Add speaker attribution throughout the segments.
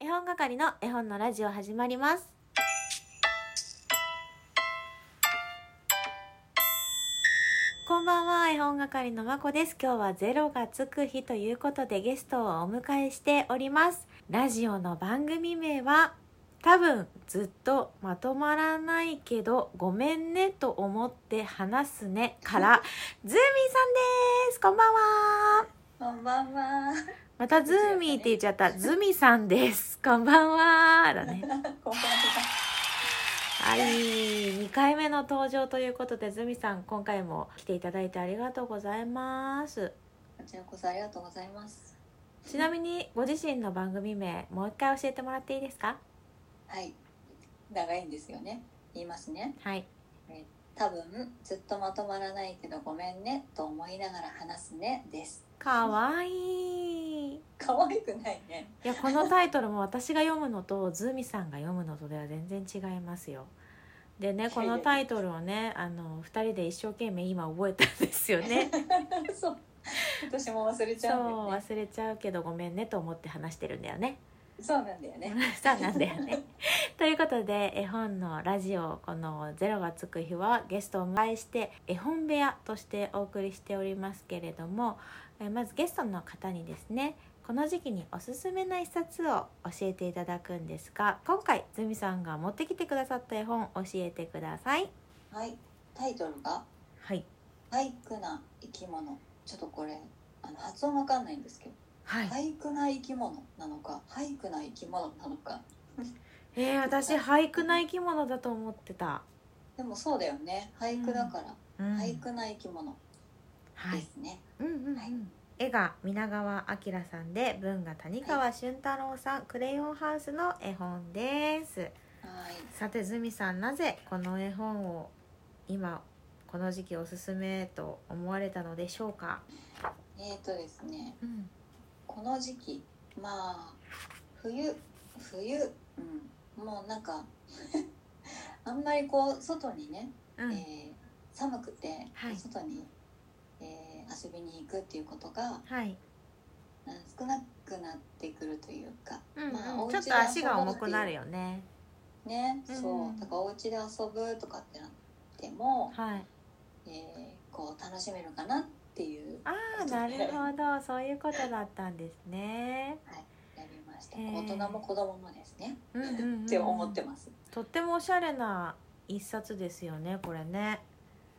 Speaker 1: 本係の絵本のラジオ始まりますこんばんは絵本係のまこです今日はゼロがつく日ということでゲストをお迎えしておりますラジオの番組名は多分ずっとまとまらないけどごめんねと思って話すねからズーミーさんですこんばんは
Speaker 2: こんばんは。
Speaker 1: またズーミーって言っちゃ った。ズミさんです。こんばんは。だね。
Speaker 2: こんばんは。
Speaker 1: はい。2回目の登場ということで、ズミさん、今回も来ていただいてありがとうございます。
Speaker 2: こちらこそありがとうございます。
Speaker 1: ちなみに、ご自身の番組名、もう一回教えてもらっていいですか
Speaker 2: はい。長いんですよね。言いますね。
Speaker 1: はい。
Speaker 2: 多分ずっとまとまらないけどごめんねと思いながら話すねです。
Speaker 1: かわいい。い
Speaker 2: 可愛くないね。
Speaker 1: や、このタイトルも私が読むのと、ズミさんが読むのとでは全然違いますよ。でね、このタイトルをね、あの、二人で一生懸命今覚えたんですよね。
Speaker 2: そう。私も忘れち
Speaker 1: そう
Speaker 2: ゃうんだよね。
Speaker 1: 忘れちゃうけどごめんねと思って話してるんだよね。
Speaker 2: そうなんだよね。
Speaker 1: そうなんだよね。 ということで絵本のラジオこの「ゼロがつく日」はゲストをお迎えして絵本部屋としてお送りしておりますけれどもえまずゲストの方にですねこの時期におすすめな一冊を教えていただくんですが今回ズミさんが持ってきてくださった絵本教えてください。
Speaker 2: はい。タイトルが
Speaker 1: はい、
Speaker 2: 俳句な生き物。ちょっとこれあの発音わかんないんですけど、
Speaker 1: はい
Speaker 2: 俳句な生き物なのか、俳句な生き物なのか。
Speaker 1: えー、私俳句な生き物だと思ってた。
Speaker 2: でもそうだよね。俳句だから、
Speaker 1: うん
Speaker 2: 俳句な生き物
Speaker 1: は
Speaker 2: で
Speaker 1: い
Speaker 2: すね。
Speaker 1: うんうんうん
Speaker 2: はい
Speaker 1: 絵が皆川明さんで文が谷川俊太郎さん、クレヨンハウスの絵本です
Speaker 2: はい。
Speaker 1: さてズミさんなぜこの絵本を今この時期おすすめと思われたのでしょうか、
Speaker 2: えーとですね、
Speaker 1: うん、
Speaker 2: この時期、まあ、冬、冬、うん、もうなんか、 あんまりこう、外にね、
Speaker 1: うん
Speaker 2: えー寒くて、
Speaker 1: はい
Speaker 2: 外に、えー遊びに行くっていうことが、
Speaker 1: はい、
Speaker 2: うん少なくなってくるというか、
Speaker 1: うんうん
Speaker 2: まあお家
Speaker 1: ち
Speaker 2: で
Speaker 1: ょっと足が重くなるよね
Speaker 2: ね、
Speaker 1: うん
Speaker 2: そう、だからお家で遊ぶとかってなっても、
Speaker 1: はい
Speaker 2: えーこう、楽しめるかなっていう、
Speaker 1: ああなるほどそういうことだったんですね
Speaker 2: やりました。
Speaker 1: へー
Speaker 2: 大人も子供もですね、
Speaker 1: うんうんうん
Speaker 2: って思ってます。
Speaker 1: とってもおしゃれな一冊ですよねこれね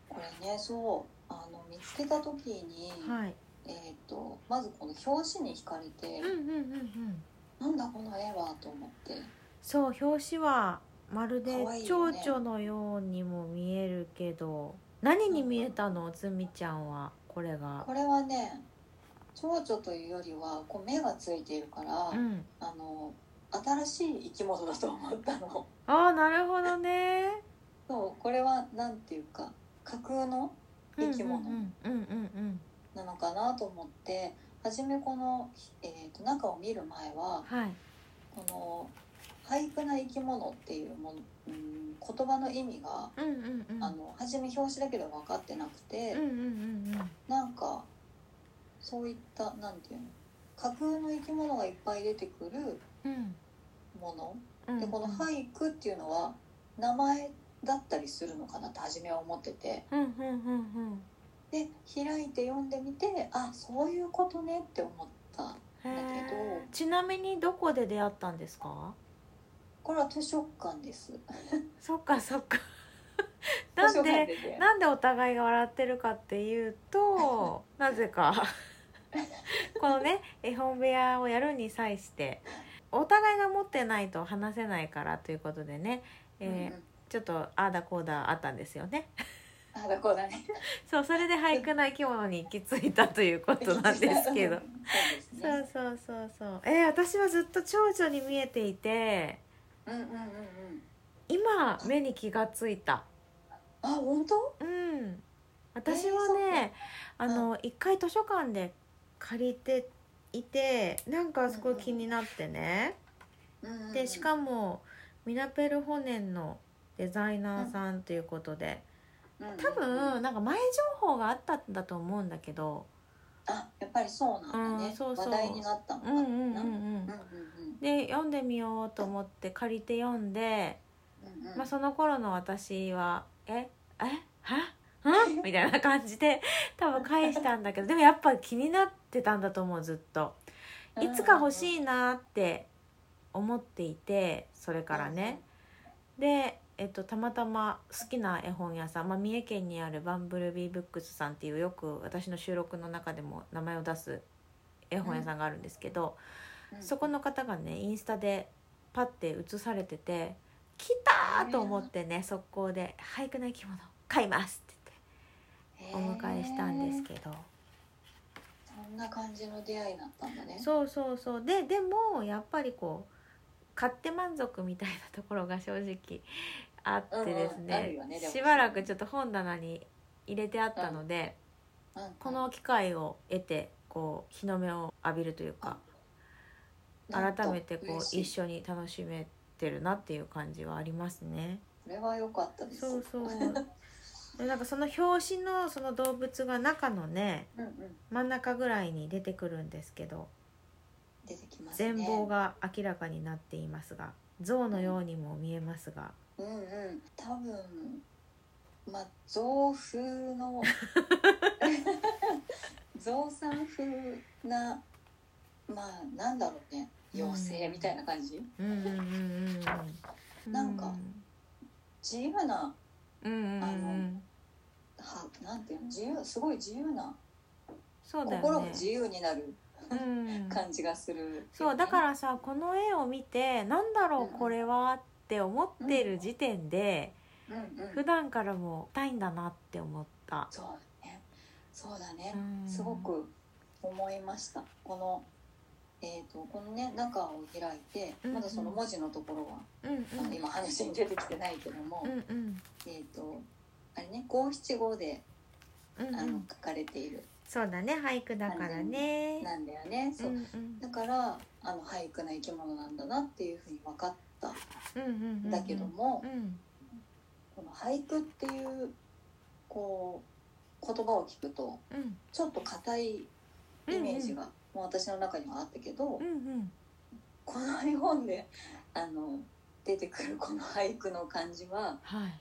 Speaker 2: これねそうあの見つけた時に、
Speaker 1: はい
Speaker 2: えー、とまずこの表紙に惹かれて、
Speaker 1: うんうんうんうん
Speaker 2: なんだこの絵はと思って
Speaker 1: そう表紙はまるで
Speaker 2: 可愛い
Speaker 1: 蝶
Speaker 2: よね
Speaker 1: 々のようにも見えるけど、何に見えたのつみちゃんはこれが
Speaker 2: これはね蝶々というよりはこう目がついているから、
Speaker 1: うん
Speaker 2: あの新しい生き物だと思った の
Speaker 1: ああなるほどね
Speaker 2: そうこれはなんていうか架空の生き物
Speaker 1: うんうんうんうん
Speaker 2: なのかなと思って初めこの、えー、と中を見る前は
Speaker 1: はい
Speaker 2: この「俳句な生き物」っていうもの、うん、言葉の意味が
Speaker 1: うんうんうん
Speaker 2: あの初め表紙だけで分かってなくて、
Speaker 1: うんうんうん
Speaker 2: なんかそういったなんていうの架空の生き物がいっぱい出てくる
Speaker 1: うんうん
Speaker 2: もの、
Speaker 1: うん
Speaker 2: でこの「俳句」っていうのは名前だったりするのかなって初めは思ってて
Speaker 1: うんうんうん
Speaker 2: で開いて読んでみてあそういうことねって思った
Speaker 1: うんへ
Speaker 2: だけど
Speaker 1: ーちなみにどこで出会ったんですか
Speaker 2: これは図書館です
Speaker 1: そっかそっかな
Speaker 2: 図書
Speaker 1: ん
Speaker 2: 館
Speaker 1: で
Speaker 2: でね
Speaker 1: なんでお互いが笑ってるかっていう となぜかこのね絵本部屋をやるに際してお互いが持ってないと話せないからということでね、えー
Speaker 2: うんうん
Speaker 1: ちょっとああだこうだあったんですよね
Speaker 2: あだこうだね
Speaker 1: そうそれで俳句な生き物に行き着いたということなんですけど
Speaker 2: そうです
Speaker 1: そ
Speaker 2: ね
Speaker 1: うそうそうそうえー私はずっと蝶々に見えていて
Speaker 2: うんうんうんうん
Speaker 1: 今目に気がついた
Speaker 2: あ本当
Speaker 1: うん、私はね、あの一回図書館で借りていてなんかすごい気になってね、
Speaker 2: うんうんうん
Speaker 1: でしかもミナペルホネンのデザイナーさんということで、
Speaker 2: うんうんうん
Speaker 1: 多分なんか前情報があったんだと思うんだけど、
Speaker 2: あやっぱりそうなんだね、
Speaker 1: うんそうそう
Speaker 2: 話題になったの
Speaker 1: う
Speaker 2: か
Speaker 1: んう
Speaker 2: な、
Speaker 1: んうんうん
Speaker 2: うんうん
Speaker 1: で読んでみようと思って借りて読んで、
Speaker 2: うんうん
Speaker 1: まあ、その頃の私は「ええ はん?」みたいな感じで多分返したんだけどでもやっぱ気になってたんだと思うずっと。いつか欲しいなって思っていてそれからね。で、えっと、たまたま好きな絵本屋さん、まあ、三重県にあるバンブルビーブックスさんっていうよく私の収録の中でも名前を出す絵本屋さんがあるんですけど、
Speaker 2: うんうん
Speaker 1: そこの方がねインスタでパッて写されてて「来た!」と思ってね速攻で「俳句の生き物買います!」って
Speaker 2: へ
Speaker 1: 言ってお迎えしたんです
Speaker 2: ど
Speaker 1: けど。
Speaker 2: そんな感じの出会いだったんだね
Speaker 1: そうそうそうででもやっぱりこう買って満足みたいなところが正直あってです
Speaker 2: うんうんある
Speaker 1: ね,、
Speaker 2: よねでも
Speaker 1: しばらくちょっと本棚に入れてあったので、
Speaker 2: うんうん
Speaker 1: この機会を得てこう日の目を浴びるというか、
Speaker 2: なんと
Speaker 1: 改めてこう
Speaker 2: 嬉
Speaker 1: 一
Speaker 2: しい
Speaker 1: 緒に楽しめてるなっていう感じはありますね。
Speaker 2: これは良かったです
Speaker 1: そうそうでなんかその表紙のその動物が中のね
Speaker 2: うんうん
Speaker 1: 真ん中ぐらいに出てくるんですけど
Speaker 2: 出てきますね
Speaker 1: 全貌が明らかになっていますが象のようにも見えますが、
Speaker 2: うんうん多分まあ造風 の造さん風なまあなんだろうね妖精みたいな感じ、
Speaker 1: うん、うんうんうんうん
Speaker 2: なんか自由な
Speaker 1: うんうんうん
Speaker 2: あ
Speaker 1: う
Speaker 2: の
Speaker 1: ん
Speaker 2: はなんていうの自由すごい自由な、
Speaker 1: そうだ
Speaker 2: 心
Speaker 1: よ
Speaker 2: も
Speaker 1: ね
Speaker 2: 自由になる
Speaker 1: うん
Speaker 2: 感じがするよね、
Speaker 1: そうだかららさこの絵を見てなんだろ
Speaker 2: うんう
Speaker 1: うんこれはって思ってる時点で
Speaker 2: うんうん
Speaker 1: 普段からもたいんだなって思った、
Speaker 2: そうだねそうだね、
Speaker 1: うん
Speaker 2: すごく思いましたこのえー、とこのね中を開いて
Speaker 1: うんうん
Speaker 2: まだその文字のところは、
Speaker 1: うんうん、
Speaker 2: あの今話に出てきてないけども、
Speaker 1: うんうん
Speaker 2: えっ、とあれね五七五で
Speaker 1: うん
Speaker 2: あ
Speaker 1: う
Speaker 2: の
Speaker 1: ん
Speaker 2: 書かれている
Speaker 1: そうだね俳句だからね
Speaker 2: なんだよね、
Speaker 1: うん
Speaker 2: そう
Speaker 1: うん
Speaker 2: だからあの俳句な生き物なんだなっていうふうに分かった
Speaker 1: うんうんうんうん
Speaker 2: んだけども、
Speaker 1: うん
Speaker 2: この俳句っていうこう言葉を聞くと
Speaker 1: うん
Speaker 2: ちょっと硬い
Speaker 1: うん
Speaker 2: イメージが、もう私の中にはあったけど、
Speaker 1: うんうん
Speaker 2: この絵本であの出てくるこの俳句の感じは
Speaker 1: はい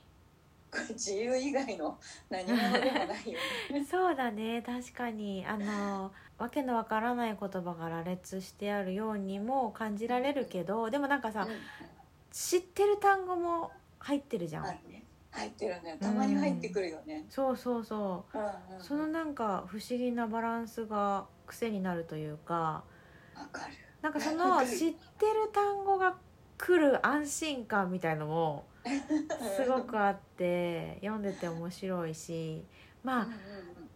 Speaker 2: これ自由以外の何物でもないよね。
Speaker 1: そうだね確かにあのわけのわからない言葉が羅列してあるようにも感じられるけどでもなんか さ、
Speaker 2: うん
Speaker 1: 知ってる単語も入ってるじゃん、
Speaker 2: あるね入ってるねたまに入ってくるよね。
Speaker 1: そうそうそ
Speaker 2: うんうん
Speaker 1: うその
Speaker 2: わ
Speaker 1: なんか不思議なバランスが癖になるというか
Speaker 2: かる。
Speaker 1: なんかその知ってる単語が来る安心感みたいのもすごくあって読んでて面白いし
Speaker 2: うん
Speaker 1: まあ
Speaker 2: うんうん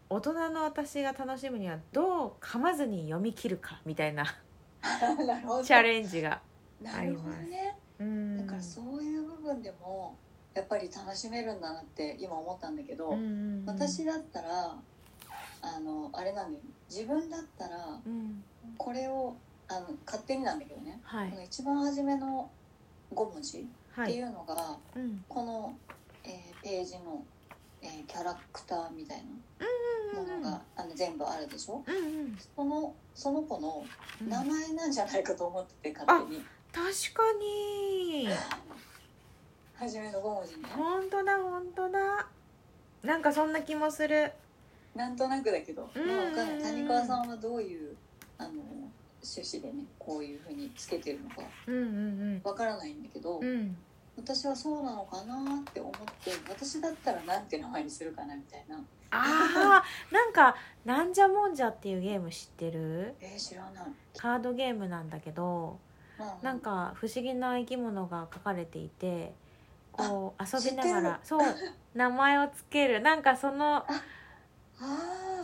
Speaker 1: 大人の私が楽しむにはどう噛まずに読み切るかみたいな
Speaker 2: なるほど。
Speaker 1: チャレンジが。
Speaker 2: なるほどね。
Speaker 1: うん
Speaker 2: だからそういう部分でもやっぱり楽しめるんだなって今思ったんだけど、
Speaker 1: うんうんうん
Speaker 2: 私だったらあのあれなんだよ自分だったら
Speaker 1: うん
Speaker 2: これをあの勝手になんだけどね
Speaker 1: は
Speaker 2: こ
Speaker 1: い
Speaker 2: の一番初めの5文字っ
Speaker 1: は
Speaker 2: てい
Speaker 1: いう
Speaker 2: のが、
Speaker 1: うん
Speaker 2: この、えーページの、えーキャラクターみたいなものが、あの全部あるでしょ
Speaker 1: うんうん
Speaker 2: そのその子の
Speaker 1: うん
Speaker 2: 名前なんじゃないかと思ってて勝手に
Speaker 1: 確かに
Speaker 2: 初めの5文字ね
Speaker 1: 本当だ本当だなんかそんな気もする
Speaker 2: なんとなくだけど、
Speaker 1: うん
Speaker 2: まあ、わかんない谷川さんはどういうあの趣旨でねこういうふうにつけてるのか
Speaker 1: うんうん
Speaker 2: わからないんだけど、
Speaker 1: うんうん
Speaker 2: 私はそうなのかなって思って私だったらなんて名前にするかなみたいな
Speaker 1: あーなんか「なんじゃもんじゃ」っていうゲーム知ってる
Speaker 2: えー、知らない、
Speaker 1: カードゲームなんだけど
Speaker 2: う
Speaker 1: なんか不思議な生き物が描かれていてこう遊
Speaker 2: 知
Speaker 1: び
Speaker 2: ってる
Speaker 1: ながら そう名前をつけるなんかその
Speaker 2: あ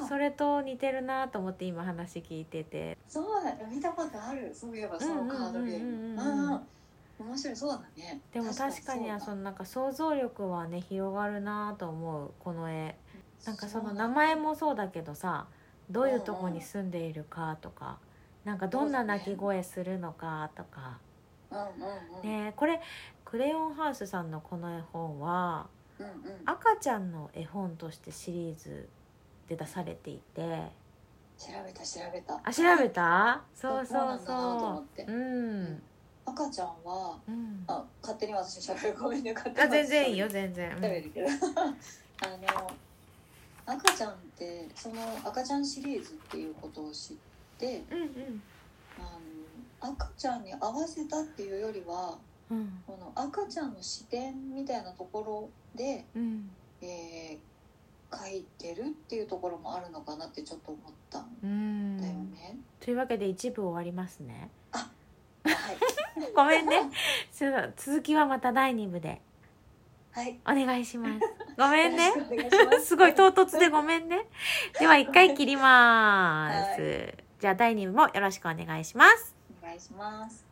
Speaker 2: あ
Speaker 1: それと似てるなと思って今話聞いてて
Speaker 2: そうだ見たことあるそういえばそのカードゲー
Speaker 1: うんうんうんうん
Speaker 2: ムああ面白いそうだね
Speaker 1: でも確かにあそ
Speaker 2: そう
Speaker 1: のなんか想像力はね広がるなと思うこの絵な
Speaker 2: だ
Speaker 1: んかその名
Speaker 2: うだ
Speaker 1: 前もそうだけどさどういうとこに住んでいるかとかなんかどんな鳴き声するのかとか
Speaker 2: うんうんうん、
Speaker 1: ねこれ「クレヨンハウス」さんのこの絵本は
Speaker 2: うんうん、
Speaker 1: 赤ちゃんの絵本としてシリーズで出されていて
Speaker 2: 調べた調べた
Speaker 1: あ調べたそうそう
Speaker 2: そうなんだなと思
Speaker 1: そ
Speaker 2: って
Speaker 1: ううん
Speaker 2: 赤ちゃんは
Speaker 1: うん、あ
Speaker 2: あ勝手に私しゃべるごめんね勝手に私
Speaker 1: 全然いいよ全然、うん
Speaker 2: 喋るけど あの赤ちゃんってその赤ちゃんシリーズっていうことを知って
Speaker 1: うんうん
Speaker 2: あの赤ちゃんに合わせたっていうよりは
Speaker 1: うん
Speaker 2: この赤ちゃんの視点みたいなところで、
Speaker 1: うん
Speaker 2: えー書いてるっていうところもあるのかなってちょっと思ったん
Speaker 1: う
Speaker 2: だよ
Speaker 1: ん
Speaker 2: ね。
Speaker 1: というわけで一部終わりますね
Speaker 2: はい、
Speaker 1: ごめん ねそう続きはまた第二部で
Speaker 2: はい、
Speaker 1: お願いし ますごめんね
Speaker 2: よろしくお願いしま
Speaker 1: すごい唐突でごめんねでは一回切ります、じゃあ第二部もよろしくお願いします
Speaker 2: お願いします。